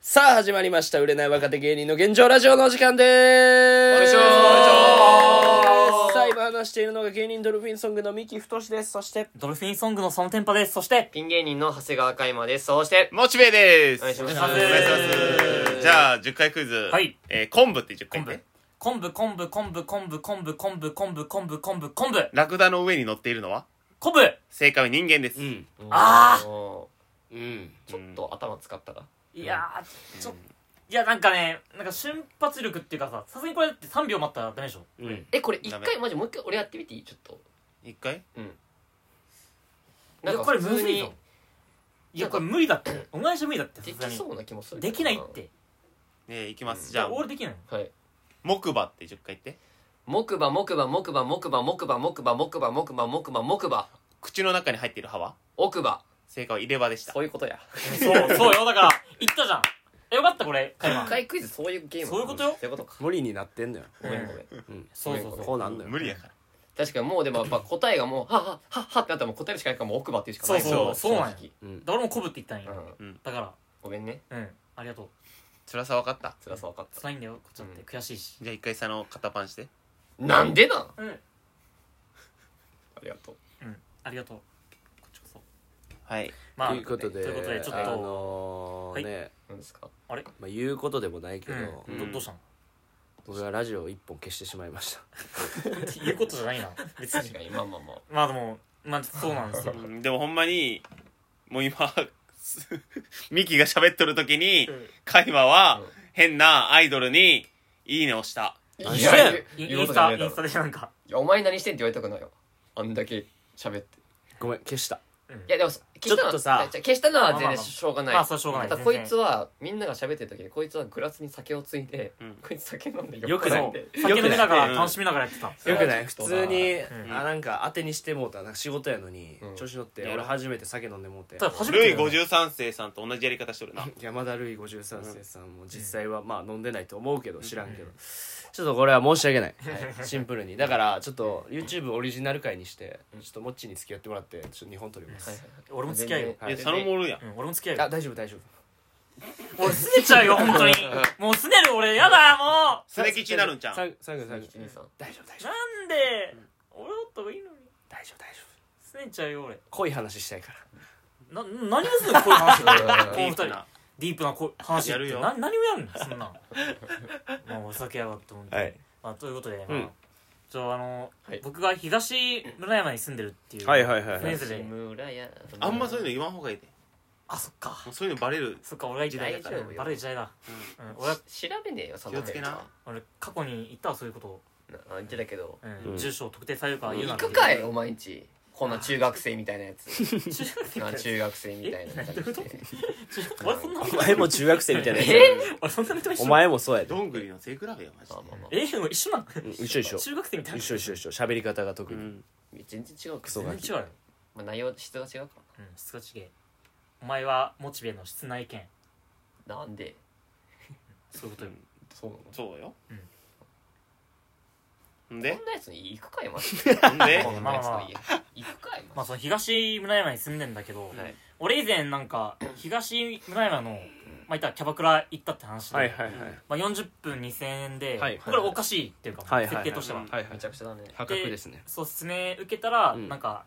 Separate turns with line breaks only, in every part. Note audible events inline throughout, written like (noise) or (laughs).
さあ始まりました売れない若手芸人の現状ラジオのお時間です
お願いします
さあ今話しているのが芸人ドルフィンソングの三木太ですそして
ドルフィンソングのそのテンパです。そして、
ピン芸人の長谷川海馬です。そして、
モチベです。
お願いします
お願いしますじゃあ、10回クイズ。
はい
えー昆布って10回言って。
昆布、昆布、昆布、昆布、昆布、昆布、昆布、昆布、昆布、昆布、
ラクダの上に乗っているのは
昆布
正解は人間です。
うん
あー
ー
うん
ちょっと頭使ったか。
いやー、ちょ、いや、なんかね、なんか瞬発力っていうかさ、さすがにこれだって3秒待ったらダメでしょ。
うん
え、これ一
ダメ
回、マジもう一回俺やってみていいちょっと。
一回
なん
いや
か
これ
普
む
通
ずい
に
ぞ。いや、これ無理だって。お前じゃ無理だって、
で
さすが
き
に
そ。うな気もする。
できないっ。て。
えー、いきます。
じ
じゃ
ゃあ、
あ、
俺できないの。
はい。
木馬って10回言って。
木馬、木馬、木馬、木馬、木馬、木馬、木馬、木馬、木馬、木馬、
口の中に入っている歯は
奥歯。
正解は入れ歯でした。
そういうことや
そう、そうよ。だから、言ったじゃん。え、よかった、これ。カイマ
一回クイズそういうゲーム。
そういうことよ
そういうことか。
無理になってんのよ
ごめんごめん。
そうそうそ
こ
う。
うなんのよ
無理やから。
確かにもうでもやっぱ答えがもう、はっはっはっはってなったらもう答えるしかないからもう奥歯っていうしかない
そう
そう
も
そうなんや
正
うん
だ俺も昆布って言ったん
直
や。
うん
だか
ごめんね。
ら、うん。ありがとう。
辛さ分かった。
辛さ分かった。
辛いんだよ、こっちだって。
うん
悔しいし。
じゃあ一回さの肩パンして。
なんでなん
うん。
ありがとう。
うん。ありがとう。こっちこそ。
はい。
まあ、
ということで
ということでちょっと
あのーね、
何ですか
あれ、
まあ、言うことでもないけど、
うんどどうしたの
僕はラジオを一本消してしまいました
言うことじゃないな別
確
に (laughs)
かに、まあまあまあ。
まあでもまあそうなんですよ
うんでもほんまに、もう今、 (laughs) すミキが喋っとる時に、カイマは
うん
変なアイドルにいいねをした。
い
何してん
イン
言う
インス
ことじ
タ
ゃねえだ
イ
ろ
ンスタでなんか
いやお前何してんって言われたくないよあんだけ喋って
ごめん消した
いやでも消したの
ち
は
ょっとさ
じゃあ消したのは
まあ
全
まあ
然しょうがない
まあそれはしょうがない
ただ
全
こ
然
いつはみんなが喋ってる時にこいつはグラスに酒をついで、
うん
こいつ酒飲んで
よくない
酔っ払って
酒飲みなが
う
ら
ん
楽しみながらやってた
よくない
ち
普
ょっと
通に、
うん
あなんか当てにしてもうたなんか仕事やのに、
うん
調子乗って
いや
俺初めて酒飲んでもうて
ただ初め
ルイ
て
53世さんと同じやり方しとるな。
山田るい53世さんも実際はまあ飲んでないと思うけど知らんけど、ちょっとこれは申し訳ない、シンプルにだからちょっと YouTube オリジナル回にしてちょっとモッチーに付き合ってもらってちょっと2本撮ります、
はい
俺も付き合いよ
全然
いや、
全
佐
然
野もおるやん。
うん俺も付き合
あ
いよ
大丈夫大丈夫
俺すねちゃうよ本当にもうすねる俺やだも
すね吉になるんちゃ
さ
ん。
んさんさん
1 2 3
大丈夫大
う
丈夫
なんで俺おった方がいいのに
大丈夫大丈夫
すねちゃうよ俺
濃い話したいから
な何をするのこういう話だよ
うん
この
いい
二
か
人
な。
ディープなこ話って
やるよ
な何をやるのそん (laughs) なんまあお酒やがって思って、
はい
まあ、ということで、
う
ま
ん
あちょあの、
はい
僕が東村山に住んでるっていう、
はいは
フレンズで
村屋
あんまそういうの言わんほうがいいで。
あそっか
もうそういうのバレる。
そっか俺が時代だから
大丈夫よ
バレる時代だ、うん俺は
し調べねえよそんなの
気をつけな
俺過去に行ったわそういうことを、
なあ言ってたけど
うん
うん
住所を特定されるから言うな
行
って
くかいお前んちこんな中学生みたいなやつ
中学生
なあ
中
中学生みたいな感じで
俺そんな
お前も中学生みたいなやつ
え
俺そんな人一緒
お前もそうやで
どんぐりの背比べよ、マジ
まあ
で。
まあまあ
えでも一緒なの
うん一緒一緒
中学生みたいな
一緒一緒一緒喋り方が特
う
に、
ん。
全然違
ク
うけど
ソ
全
ガ
然違うよ、
まあ内容質が違うか
うん、質が違えお前はモチベの室内犬
らなんで
そういうことよ、
そうなの
そうよ
うん。
ん
こ (laughs)
で
んなやつに行くかいマジで
(laughs) んで
こんなやつの家行くかい
まあその東村山に住んでんだけど、
はい
俺以前な
(coughs)
んか東村山の、まあ、いったらキャバクラ行ったって話で、
はいはい
まあ、40分2000円で、
はい
これおかしいっていうか、
はいはい
設定としては、
はい
はいは
めちゃくちゃだね
破格ですね
そう説明受けたら、
うん
なんか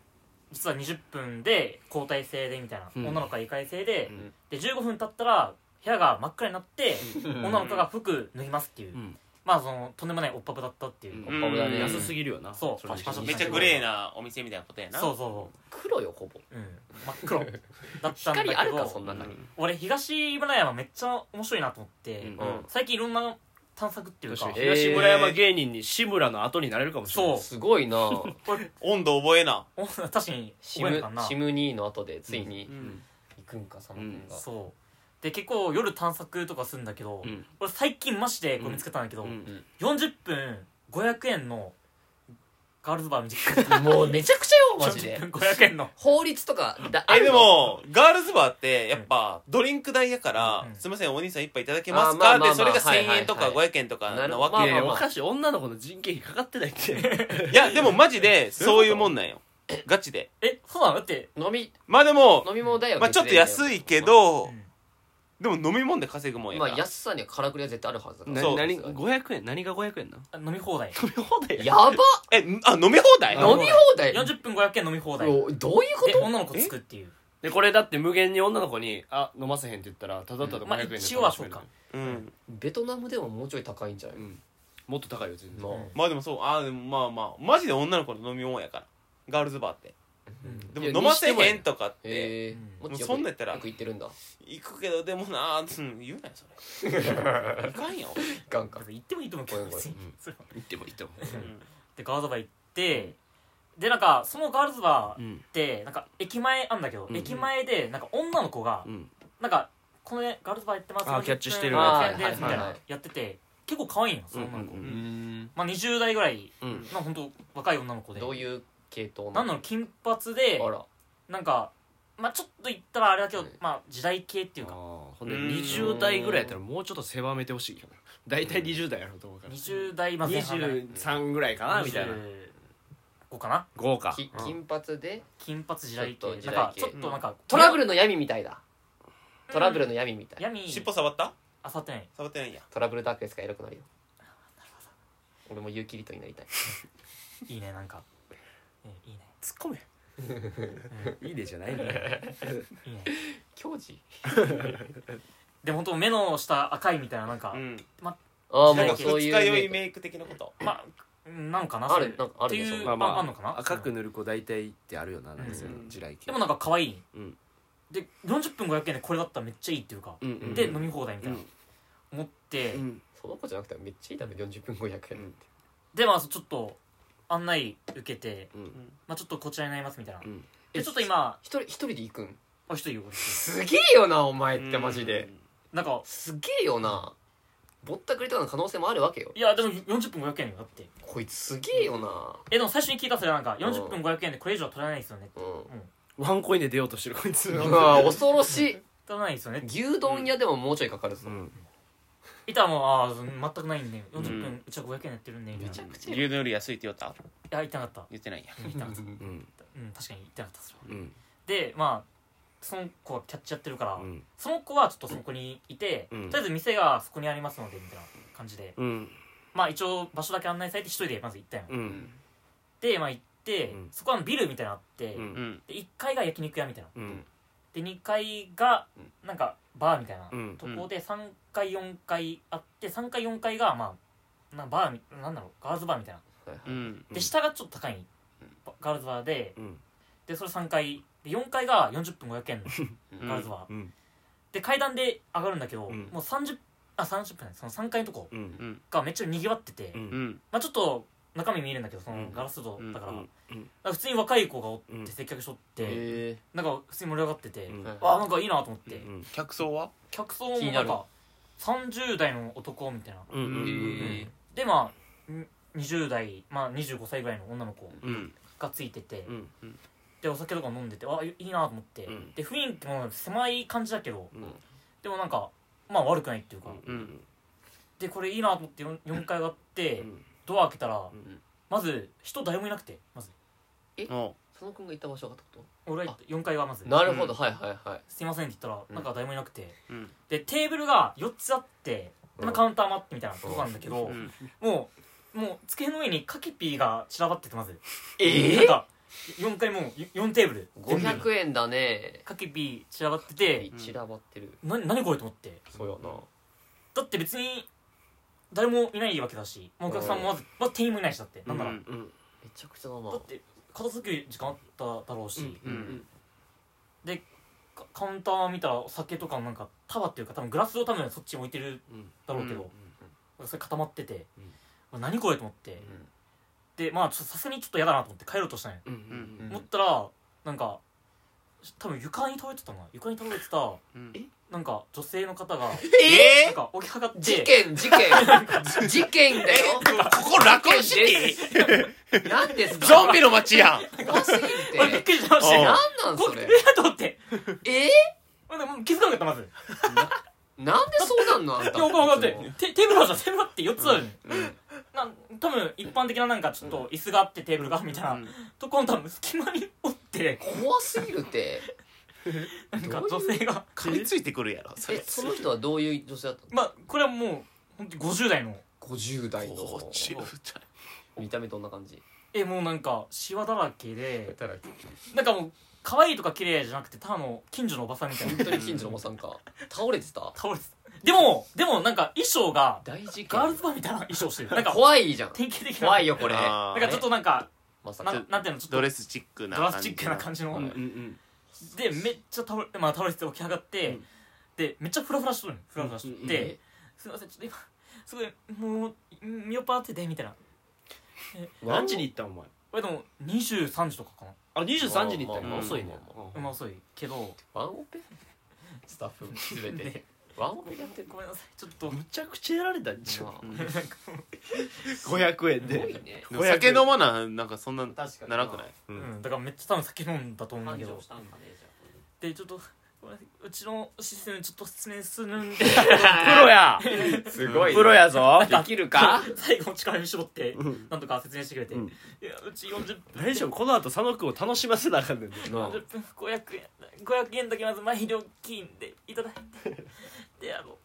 実は20分で交代制でみたいな、
うん
女の子が2回制で,、
うん
で15分経ったら部屋が真っ暗になって、
うん
女の子が服脱ぎますっていう、
うん
まあそのとんでもないおっぱぶだったっていう、
うん
おっぱぶだね
うん
安すぎるよな
そう
れ
パシパシ
めっちゃグレーなお店みたいなことやな。
そうそうそ
黒よほぼ
う、うん、真っ黒
(laughs)
だったんだけど
光あるかそんな
う
中に
ん
俺東村山めっちゃ面白いなと思って、
うん
うん
最近いろんな探索っていうか
確か
え
に東村山芸人に志村の後になれるかもしれない
そう
すごいな
温度覚えな。
お (laughs) 確かに
シ
覚える
ム
かな
シムニーの後でついに
うん
行くんか佐野君が
そうで結構夜探索とかするんだけど、
うん
俺最近マジでこれ見つけたんだけど、
うん
40分500円のガールズバー見てくれ
(laughs) もうめちゃくちゃよマジで
40分500円の
法律とかだあ
え、
るの
でも、ガールズバーって、やっぱ、ドリンク代やから
う、ん
すみません、お兄さん一杯いただけますか
あまあまあまあ
で、それが1000円と
は
か
いはいはい
500円とか
なる
な
ほど
わ
い
け
やい
まあ
よ。
や
まあ
おかしい女の子の人件費かかってないって
いや、でもマジで、そういうもんなんよ。ガチで。
えそうなのだって
飲み
まあでも、
飲み物だよ
まあちょっと
別で
安いけど
うん、
でも飲み物で稼ぐもんや
ま
か
あ
ら、
安さにはからくりは絶対あるはずだから
な
そう
何500円何が500円な
あ飲み放題
飲み放題
やば
えあ飲み放題
う
飲
ん
み放題
40分500円飲み放題
おどういうこ
で女の子つくっていう
でこれだって無限に女の子に「あ飲ませへん」って言ったらただただ500円で
まあ
楽し
一
める
応はそうか
うん
とベトナムでももうちょい高いんじゃない
うんもっと高いよ全然
まあ
うん
まあでもそうあでもまあまあマジで女の子の飲み物やからガールズバーってで
いや
も飲ませ
にしても
へ
や
んとかって
へえ
もうそんなんやったら
よく行ってるんだ
行くけどでもなうん言うなよそれいかんよ
ガン
だか
ガン
ら行ってもいいと思うけど
ごめんごめん
別に
うん
それは
行っても行っても
でガールズバー行ってでなんかそのガールズバ
う
ーっ
ん
てなんか駅前あんだけど
うん
駅前でなんか女の子が
うん
なんかこのねガールズバー行ってます
あーキャッチしてる
40分で
はい
みたい
はい
な
はい
やってて結構可愛いのその女の子
うんうん
ん
まあ20代ぐらい
うん
の本当若い女の子で
どういう系統
なんなの金髪で
あら
なんかまあちょっと言ったらあれだけど
うん
まあ時代系っていう
あー
か
ほんで20代ぐらいやったらもうちょっと狭めてほしいけど大体20代やろうと思うから
20代まあ前半ぐらい
23ぐらいかなみたいな
25かな
豪華
き金髪で
金髪時代
ちょっと
系
時
なん
代
か
系
ちょっとなんか
トラブ
ル
ルの闇みたいだトラブルの闇みたい
闇
尻尾触った
あさってない
触ってないんや
トラブルダークエスがエロくなるよ俺もユーキリトになりたい
いいねなんかうんいいね
突っ込めいいねじゃないのよ
いいね
教授
でも本当目の下赤いみたいななんか、
うん
あ
な
あも
なんん
う
か
か
そう
二
いう
日酔いメイク的なこと
まあなんかな
ある
それ
なんかあるでしょ
っていう
まあま
あ
あ
んのかな
赤く塗る子大体ってあるよななんかそういう
うん
の地雷系
でもなんか可愛い、
うん
で40分500円でこれだったらめっちゃいいっていうか、
うんうん
で飲み放題みたいな、
うん
思って、
うん
その子じゃなくてもめっちゃいいだろ40分500円って、
でまあちょっと案内受けて、
うん
まあ、ちょっとこちらになりますみたいな、
うん
でちょっと今
一人一人で行くん
あ一人よ
すげえよなお前ってマジで
なんか
すげえよなぼったくりとかの可能性もあるわけよ
いやでも40分500円よだって
こいつすげえよな
えでも最初に聞いたそれはなんか40分500円でこれ以上は取らないですよね
うん
ワンコインで出ようとしてるこいつ
うわ恐ろしい
取らないですよねって
牛丼屋でももうちょいかかるぞ、
うん
いたらもうああ全くないんで40分うちは500円やってるんでみたい
め
な
ちゃ
い
くちゃ
牛丼より安いって言った
や行ってなかった
言ってないんや
行っ
(laughs)
てなかった
うん
うん確かに行ってなかったそれは
うん
でまあその子はキャッチやってるから、
うん
その子はちょっとそこにいて、
うん
とりあえず店がそこにありますのでみたいな感じで
うん
まあ一応場所だけ案内されて一人でまず行ったよ、
うん
でまあ行って、
うん
そこはビルみたいなのあって、
うん
うん
で1階が焼肉屋みたいな
うん
で2階がなんかバーみたいな
うん
とこで3階4階あって3階4階がまあなバーみなんだろうガールズバーみたいな
う
う
ん
ん
で下がちょっと高いガールズバーで
うん
でそれ3階で4階が40分500円のガールズバー、
うん
で階段で上がるんだけど、
うん
もう30あ30分その3階のとこ
うん
うん
がめっちゃにぎわってて、
うん
うん
まあ、ちょっと中身見えるんだけどそうの
ん
ガラス戸だから,、
うん
うんうん
普通に若い子がお
う
っ
ん
て接客しとって、
へ
なんか普通に盛り上がってて、
うん
え
あなんかいいなと思って、
うん
客層は
客層も
気に
な
なんる
か30代の男みたいな、
うんうんうん
へ
でまあん20代、まあ、25歳ぐらいの女の子
うん
がついてて、
うん
でお酒とか飲んでてあいいなと思って、
うん
で雰囲気も狭い感じだけど
うん
でもなんかまあ悪くないっていうか、
うん
でこれいいなと思ってよん 4, 階上がって、
うん
ドア開けたら、
ん
まず人誰もいなくてまず
お
その君が行った場所がってこ
俺は4階がまず
となるほど、
う
はいはいはい
すいませんって言ったら
うん
なんか誰もいなくて、
うん
でテーブルが4つあって、でまあ
うん
カウンターもあってみたいなとこなんだけど、
うん
もうもう机の上にカキピーが散らばっててまず
え
なんか4階もう4テーブル全部に
500円だね
カキピー散らばってて
散らばってる、
な何これと思って
そうやな
だって別に誰もいないわけだしまあお客さんもまず、まあ、店員もいないしだってなんなら、
うん
うん
めちゃくちゃだな
だって片付ける時間あっただろうし、
うん
うん
カカウンター見たらお酒とかもなんか束っていうか多分グラスを多分そっちに置いてる
うん
だろうけど、それ固まってて、
うん
まあ何これと思って、でまあちょっとさすがにちょっと嫌だなと思って帰ろうとしたんや、
うん
うんうん
ん
思ったらなんか多分床に倒れてたな床に倒れてた
うん
なんか女性の方が
え
なん
え
か起き上がって
事件事件 (laughs) 事件だよ
ここ楽シテ
何です
ィ
か
ゾンビの街やん
怖すぎて
俺びっくりしました
何
よ
なん
こ
そ
れ
れ
えと思って
え
ほんでもう気づかなかったまずい
なんでそうなん (laughs) のあんた
やおかってテテーブルあるじゃんテーブルあって4つあるのに、
うん
なん多分一般的ななんかちょっと椅子があってテーブルがみたいな、とこの多分隙間におって
怖すぎるって
なんか女性が
噛みついてくるやろそ
え
れ
その人はどういう女性だったの
まあこれはもう本当50代の
50代の
50
見た目どんな感じ
えもうなんかシワだらけ
やっ
で
たらいい
なんかもう可愛いとか綺麗じゃなくてただの近所のおばさんみたい
本
な
当に近所のおばさんか倒れてた
倒れてたでもでもなんか衣装が
大事件
ガールズバーみたいな衣装してるなんか
怖いじゃん
典型的な
怖いよこれ
あ
な
ー
んかちょっとなんか
まさ
な
か
んなんていうのちょっと
ドレスチックな
ドラスチックな感じの
はい
うんうん
でめっちゃ倒れ,、まあ、倒れてて起き上がって、
うん
でめっちゃフラフラしとるのフラフラしとって、
うんうんうん
すいませんちょっと今すごいもう見よっ払っててみたいな
何時に行ったんお前
俺でも23時とかかな
あ二23時に行ったの
まあまあ
遅いね
ま
まあ遅いけど
ワンオペ (laughs) スタッフすべてワンオペやってる
ごめんなさいちょっと
むちゃくちゃやられたんちゃう
なあ
500円
すごい
で
ね
でも酒飲まななんかそんな
確かに
ならくない
うん
うん
だからめっちゃ多分酒飲んだと思うん
繁
だけ
盛
ど
したんだね
でちょっとごめんなさいうちのシステムちょっと失念するんで
(laughs) プロや
じゃあすごい
プロやぞ
か
できるか
最後の力に絞ってなんとか説明してくれて、
うん
いやうち40分
大丈夫この後佐野君を楽しませなあかんねんで
なあ (laughs)
40分500円500円だけまず毎料金でいただいてであの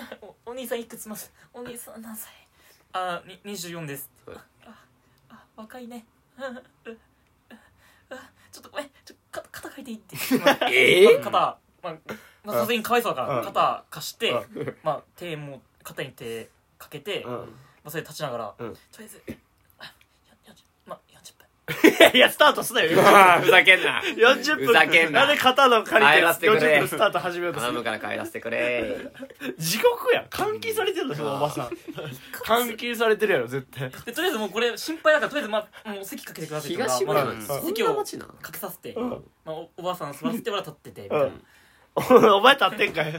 うんおお兄さんいくつますお兄さん何歳あに24です
はい
ああ若いねうんうんうんちょっとごめんちょ肩肩書いていいって
ええ
肩まあまあさすがにかわいそうだか
う
ら
ん
肩貸して
うん
まあ手も肩に手かけてまあそれ立ちながらと
うん
りあえずあよよんじゅうまあ40分
いやいやスタートすなよ
ふざけんな
40分
ふざけんなん
で肩の借りて
帰らせてくれ
40分スタート始めようとす
(laughs) 頼む
る
から帰らせてくれ
地獄やん監禁されてるのそのおばさ (laughs) ん監禁されてるやろ絶対
でとりあえずもうこれ心配だからとりあえず、まあ、もう席かけてくださいって
東
ま
村
あ
な
ま
ん
んです
で
す
あ
そん
席
な
を
街なの
かけさせて、
ん
まあ、おおばあさん座らせて俺は立っててみた
う
いな、
んお前立ってんか (laughs) い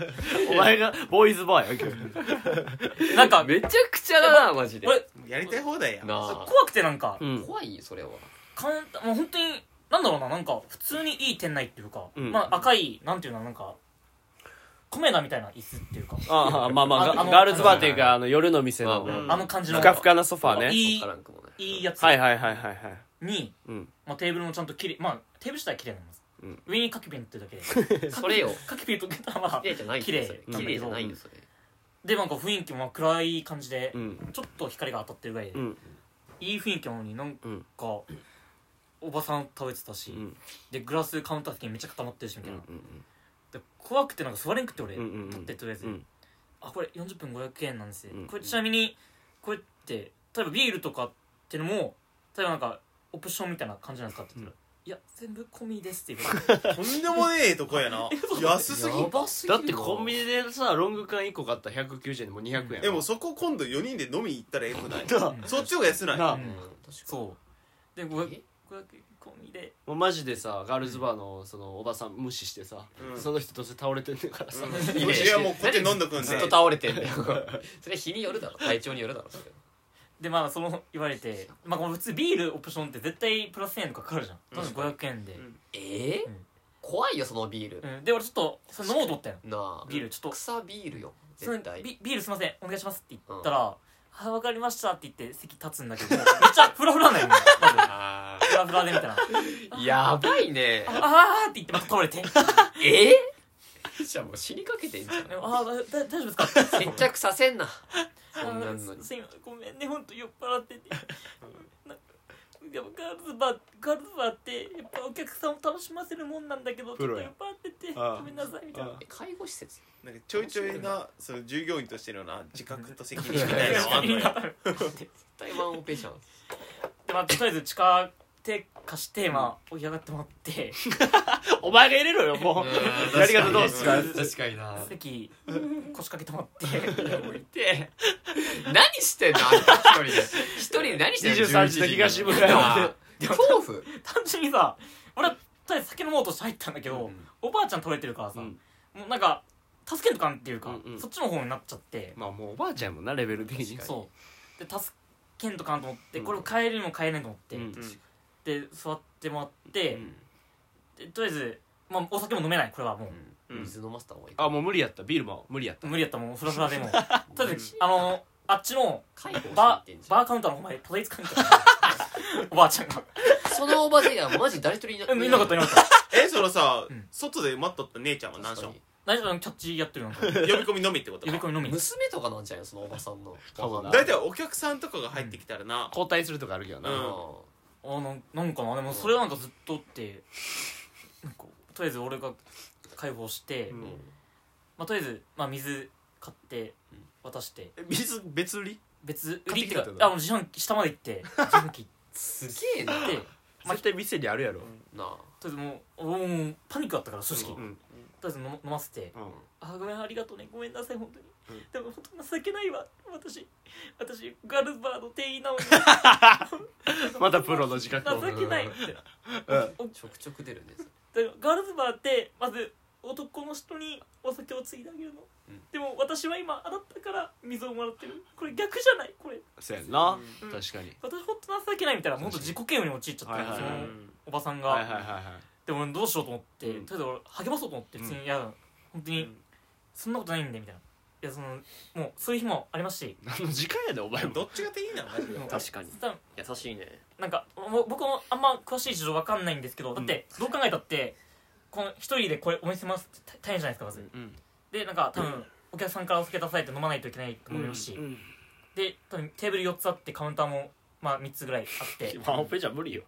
お前がボーイズバーや今日
なんか
めちゃくちゃだなマジで
俺
やりたい放題や
なあ
怖くてなんか、
うん
怖いよそれは
カウンターもう本当になんだろうななんか普通にいい店内っていうか、
うん
まあ赤いなんていうのなんかコメダみたいな椅子っていうか、
ああまあまあ
あ
ガ
あの
ガールズバーっていうかあの夜の店の
まあ
うん
ま
あの感じの
ふかふかなソファーね
い
わ
い
からんくもね
いいやつに、
はいはいはいはいはいうん
まあ、テーブルもちゃんときれいまあテーブル自体はきれいなんです、
うん
上にカキピンってだけで
(laughs) それよ
カキピンとけたらまあ
綺麗じゃないよ
綺麗
それ綺麗じゃないよそれ
でなんか雰囲気もまあ暗い感じで、
うん
ちょっと光が当たってるぐらいで、
うん
いい雰囲気なのになんか、
うん
おばさん食べてたし、
うん
でグラスカウンター席にめっちゃ固まってるしみ
う
たいな、
ん
で怖くてなんか座れんくって俺、
うんうん
立ってとりあえず、
うん
あこれ40分500円なんですよ、
うん
これちなみにこれって例えばビールとかってのも例えばなんかオプションみたいな感じなんですかって言ったら、いや全部込みですって言われて
とんでもねえとこやな安すぎ
やばすぎ
だ
る
ってコンビニでさロング缶1個買ったら190円でもう200円やろ
でもそこ今度4人で飲み行ったらえくない
な
うん
そっちの方が安ない
な
う
(laughs) あ
ん
そ
そうで 500, 500込みで
もうマジでさガールズバーのそのおばさん無視してさ、
うん
その人どうせ倒れてんねんからさ、
うん
いいね
いやもうこっち飲んどくん
ず
で
っと倒れてんだよ (laughs) それ日によるだろ体調によるだろそれ
でまあその言われて、まあ、これ普通ビールオプションって絶対プラス1000円とかかかるじゃん
うん
当時500円で、
ええ
うん
怖いよそのビール
うんで俺ちょっとそれ飲もうと思ったよ
なあ
ビールちょっと
草ビールよ
「その
絶対
ビビールすいませんお願いします」って言ったら「あ分かりました」って言って席立つんだけどめっちゃフラフラなんよねまず
あ
フラフラでみたいな「
ー (laughs) やばいね
あー」って言ってまた倒れて「
えーじゃあもう死にかけてんじゃん
あーだ大丈夫ですか?」って
接着させんな
あ
そんなんの
ー
に
すすいませんごめんね本当酔っ払っててなんかでもガールズバーガールズバーってやっぱお客さんを楽しませるもんなんだけどち
プ
ょっと
ロ
酔
や
っ払ってて
ああ
ごめんなさいみたいな
あ
え介護施設
なんかちょいちょいなその従業員としてのな自覚と責任みたいなのあんのよ
台湾オペじゃん
でまあとりあえず近手貸してまあ追い上がってもらって
お前が入れろよも (laughs) うやり方どうすか
確
確かにな
席腰掛けてもらって
て何してんのあんた一人で一人で何してんの
23時の東村
山恐怖
単純にさ俺はとりあえず酒飲もうとして入ったんだけど、おばあちゃん倒れてるからさ、
うん
もうなんか助けんとかんっていうか、
うんうん
そっちの方になっちゃって、
まあもうおばあちゃんやもんなレベル的に
そうで助けんとかんと思って、
うん
これ帰りも帰れんと思って、
うん
で座ってもらって、
うん
でとりあえず、まあ、お酒も飲めないこれはもう、
うん
水飲ませた方がいい
あもう無理やったビールも無理やった
無理やったもうフラフラでもうとりあえずあのあっちの
介護して
バ
ってん
ー
じゃん
バーカウンターの方までたどり着かんかった (laughs) おばあちゃんが
そのおばではマジ誰一人いな
えいなかったいなかっ
えそのさ、
うん
外で待っとった姉ちゃんは何しょん
確
(laughs) 大丈夫キャッチやってるの呼
呼び込みのみってこと
び込
か
みの
かに
み
娘とかなんじゃないそのおばさんの
かもな
大体お客さんとかが入ってきたらな、
交代するとかあるけどな、
うん
あのなんかなでもそれはなんかずっとってなんかとりあえず俺が解放して、
う
うんん
まあ、とりあえず、まあ、水買って
うん
渡して
え水別売り
別売
買っ
りってて
き
い
た
う
って
か
こと
あもう自販機下まで行って自販機
すげえな
行ってとり
絶対店にあるやろ、
なあ
あえずもう俺もうパニックだったから正直、
う
とり
ん
あえず飲ま飲ませて
うん
あごめんありがとうねごめんなさい本当に、
うん
でも本当情けないわ私私ガールズバーの店員なのに
(laughs) またプロの自覚を
情けないみたいな
うん
ちょくちょく出るね
だからガールズバーってまず男の人にお酒をついであげるの、
うん
でも私は今あなたから水をもらってるこれ逆じゃないこれ
そうやんな、
うん
確かに
私本当情けないみたいな本当自己嫌悪に陥っちゃった
はいはい
そ
は
の
い
おばさんが、
はいはいはいはい
でも俺どうしようと思って、
うん
とりあえず俺励まそうと思って別に、いや本当に、
うん
そんなことないんでみたいないやそのもうそういう日もありますし
何の時間やでお前も
どっちが手いいなのマジで
もう
確かに
多分
優しいね
なんかもう僕もあんま詳しい事情わかんないんですけどだって、どう考えたってこの一人でこれお店回すって大変じゃないですかまず、
うん
でなんか多分、お客さんからお酒出されて飲まないといけないと思いますし、
うん
で多分テーブル4つあってカウンターも、まあ、3つぐらいあ
(laughs)
って
ワンオペじゃ無理よ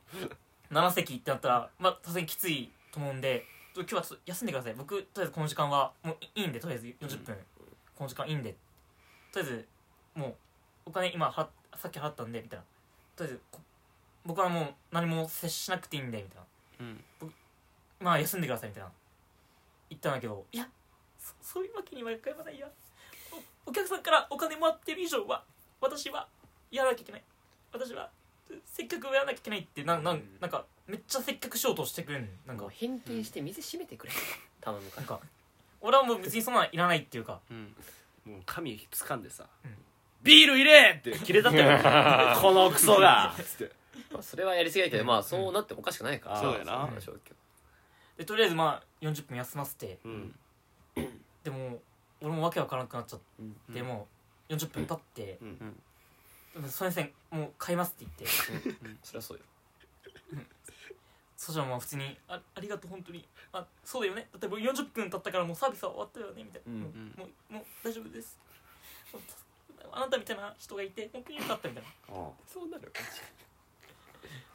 7席ってなったらまあさすがにきついと思うんでちょ今日はちょっと休んでください僕とりあえずこの時間はもういいいんでとりあえず40分、この時間いいんでとりあえずもうお金今払っさっき払ったんでみたいなとりあえずこ僕はもう何も接しなくていいんでみたいな
うん
まあ休んでくださいみたいな言ったんだけどいやそそういうわけにはいかないやおお客さんからお金もらってる以上は私はやらなきゃいけない私はせっかくやらなきゃいけないってなんなんなんかめっちゃ接客しようとしてくんなんか
返品して店閉めてくれ (laughs) 頼むか
なんか俺はもう別にそんなんいらないっていうか
うん
もう髪掴んでさ、
うん
ビール入れって切れたったよ (laughs) このクソがつって
らそれはやりすぎだけどまあそうなってもおかしくないから
そうだよな
その状況
でとりあえずまあ40分休ませて
うん
でも俺もわけわからなくなっちゃっ
うん
て、もう40分経って
う、ん
うん
うん、その先生もう買いますって言って
そりゃそうよ
そしたらまあ普通にあ「ありがとう本当にあそうだよねだってもう40分経ったからもうサービスは終わったよね」みたいな、
うん
も
うん
うもうもう大丈夫ですもうあなたみたいな人がいて本当によかったみたいな
そうなる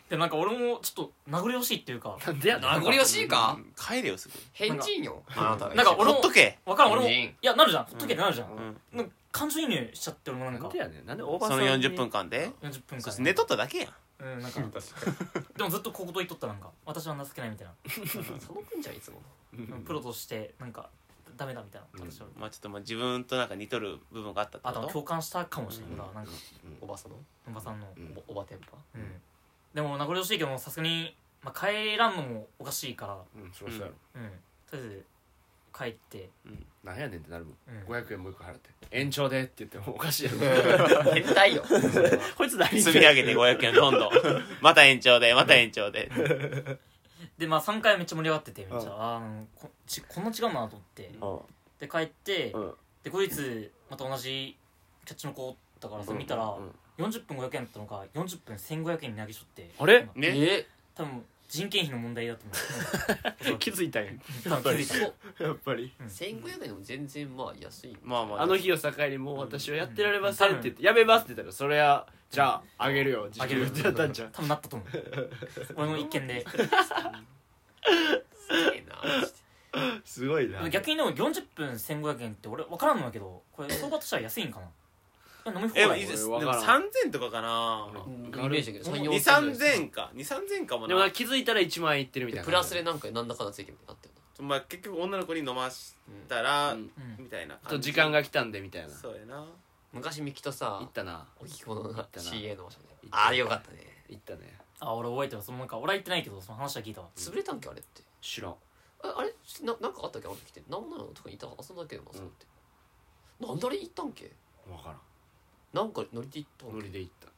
でもなんか俺もちょっと名残惜しいっていうか
なんでや
名残惜しいか
うん帰れよすぐ
返事よあなたが
なんか
ほ
俺も
っとけ
わからん俺も
人
い
参
やなるじゃんほっとけってなるじゃん、
うん
なんか感情移入しちゃって俺もなん
な
か
んでやねんなんでおば
そ
さん
の
に
40分間で
40分
そ
間
して寝とっただけやん
うんなんかでもずっと小言言っとったなんか私は情けないみたいな
佐野くんじゃんいつも
プロとしてなんかダメだみたいな私は、
まあちょっとまあ自分となんか似とる部分があったって
あ
こと
共感したかもしれないななんか
おばさんの
おばさんの
うん
おおばテンパ
うんでも名残惜しいけどもさすがに、まあ、帰らんのもおかしいか
うんそうしたやろ
ら、うん、とりあえず帰って、
なんやねんってなるもん
うん
500円もう一個払って延長でって言ってもおかしいやろ
絶対よそれは
こいつ何言って
積み上げて500円どん
(laughs)
どんまた延長でまた延長で
でまあ3回めっちゃ盛り上がっててめっちゃ、あーこちこんな違うなと思ってで帰って、
うん
で後日また同じキャッチの子だからそれ見たら、
うん
40分500円だったのが40分1500円に投げちょって
あれ
なんか
ね
え
多分人件費の問題だと思う
気づいたんや
多分気づいた
やっぱり
1500円でも全然まあ安い
まあま
(laughs)
あ
あの日を境にもう私はやってられませんって言ってやめますって言ったらそれはじゃああげるよ時給ってやったんじゃ (laughs) ん
多分なったと思う俺も一見です
げえなマジです
ごい
でも逆にでも40分1500円って俺分からんのだけどこれ相場としては安いんかな飲み放
えでも
題
いいですで
俺
も
わからん
3000とかかな
うん
イメージだけど
2 3 0か2 3 0かも
でもなん
な
か気づいたら1万円いってるみたい
で
な
プラスでなんかなんだかんだついてみたいになってる
まあ結局女の子に飲ましたら、
うん
うん
みたいな
と時間が来たんでみたいな
そうやな
昔ミキと
行
さ
ったな
荻窪のな
たな
CA の場所で
行った
あれよかったね
行ったね
あ俺覚えてるそのなんか俺は言ってないけどその話は聞いたわ
潰れたんけあれって
知らん
ああれななんかあったっけあの時って何もないの特にいた遊んだけどなそうって、なんであれ行ったんけ
分から
なんか乗りで行った
ん
ん
ノ
け
リで行った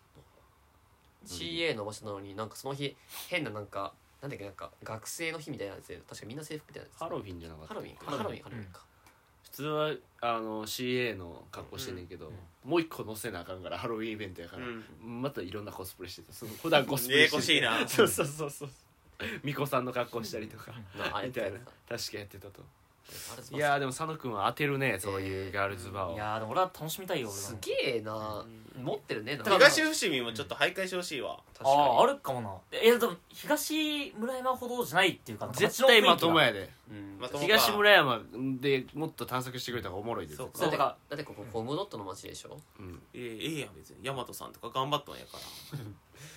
CA の場所なのになんかその日変ななんかなんだっけなんか学生の日みたいなやつで確かみんな制服みたいなやつ
ハロウィンじゃなかった
ハロウィンか
ハロウィン
ハロウィンハロウィンか、
普通はあの CA の格好してんねんけど、もう一個乗せなあかんからハロウィンイベントやから、
うん
またいろんなコスプレしてたその普段コスプ
や
レ
やこしいな
そうそうそうそう巫女さんの格好したりとか
なあ
み
れ
た
や
い
っ
な
てた
確かやってたと
あれ
いやーでも佐野くんは当てるねそういうガールズバー
い
を
やーでも俺は楽しみたいよ俺
す
は
げえな持ってるねなんか
東伏見もちょっと徘徊してほしいわ
確かに
あああるかもないやでも東村山ほどじゃないっていうか
絶対まとも
や
やで
うん
ま
だ
ともか
東村山でもっと探索してくれた方がおもろいで
そうか
そう
って
か
だってここホームドットの街でしょ
うん
いやええやん別に大和さんとか頑張ったんやから
(laughs)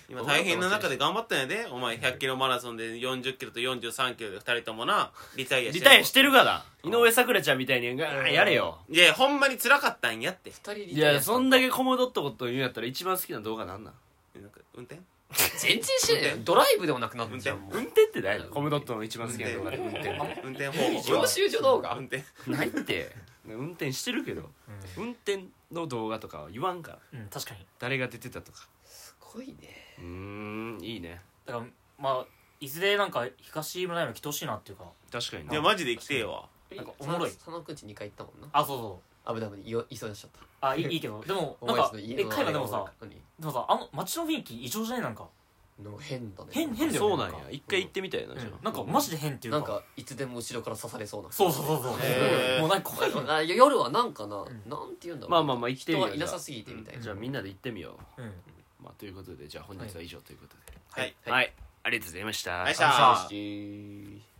今大変な中で頑張ったんやでお前100キロマラソンで40キロと43キロで2人ともなリタイアして
リタイアしてるがな井上咲楽ちゃんみたいにガーンやれよ
いやほんまに辛かったんやって
二人リタイア
いや
した
そんだけコムドットこと言うんやったら一番好きな動画なんなん
なんか運転
全然してないよドライブでもなくなっ
運
ち
転
ゃうもん
運転ってないのコムドットの一番好きな動画で運
運
転
転運転方
教習所動画
運転
ないって運転してるけど運転の動画とかは言わんから
うん、うん、確かに
誰が出てたとか
すごいね
うーんいいね
だからまあいずれなんか東村山来てほしいなっていうか
確かに
いや
な
マジで来てえわ
なんかおもろい
佐野くんち2回行ったもんな
あそうそう
危ない危ないよ急いでしちゃった
あいいいいけどでも (laughs) なんかえ海外でもさでもさあの街の雰囲気異常じゃないなんか
の変だね
変変だよ
そうなんや
なんか
一回行ってみたいなじゃ
なんかマジで変っていうか
なんかいつでも後ろから刺されそうな
そうそうそうそう
へー
もうなんか怖いよね
あいや夜はなんかな、
ん
なんて言うんだろ
あ
う
まあまあまあ行ってみ
人
よ
が
う
いなさすぎてみたいな
じゃあみんなで行ってみよ
うん
うまあということでじゃあ本日は以上ということで
はい
はいありがとうございました
ありがとうございました
ありがとうございました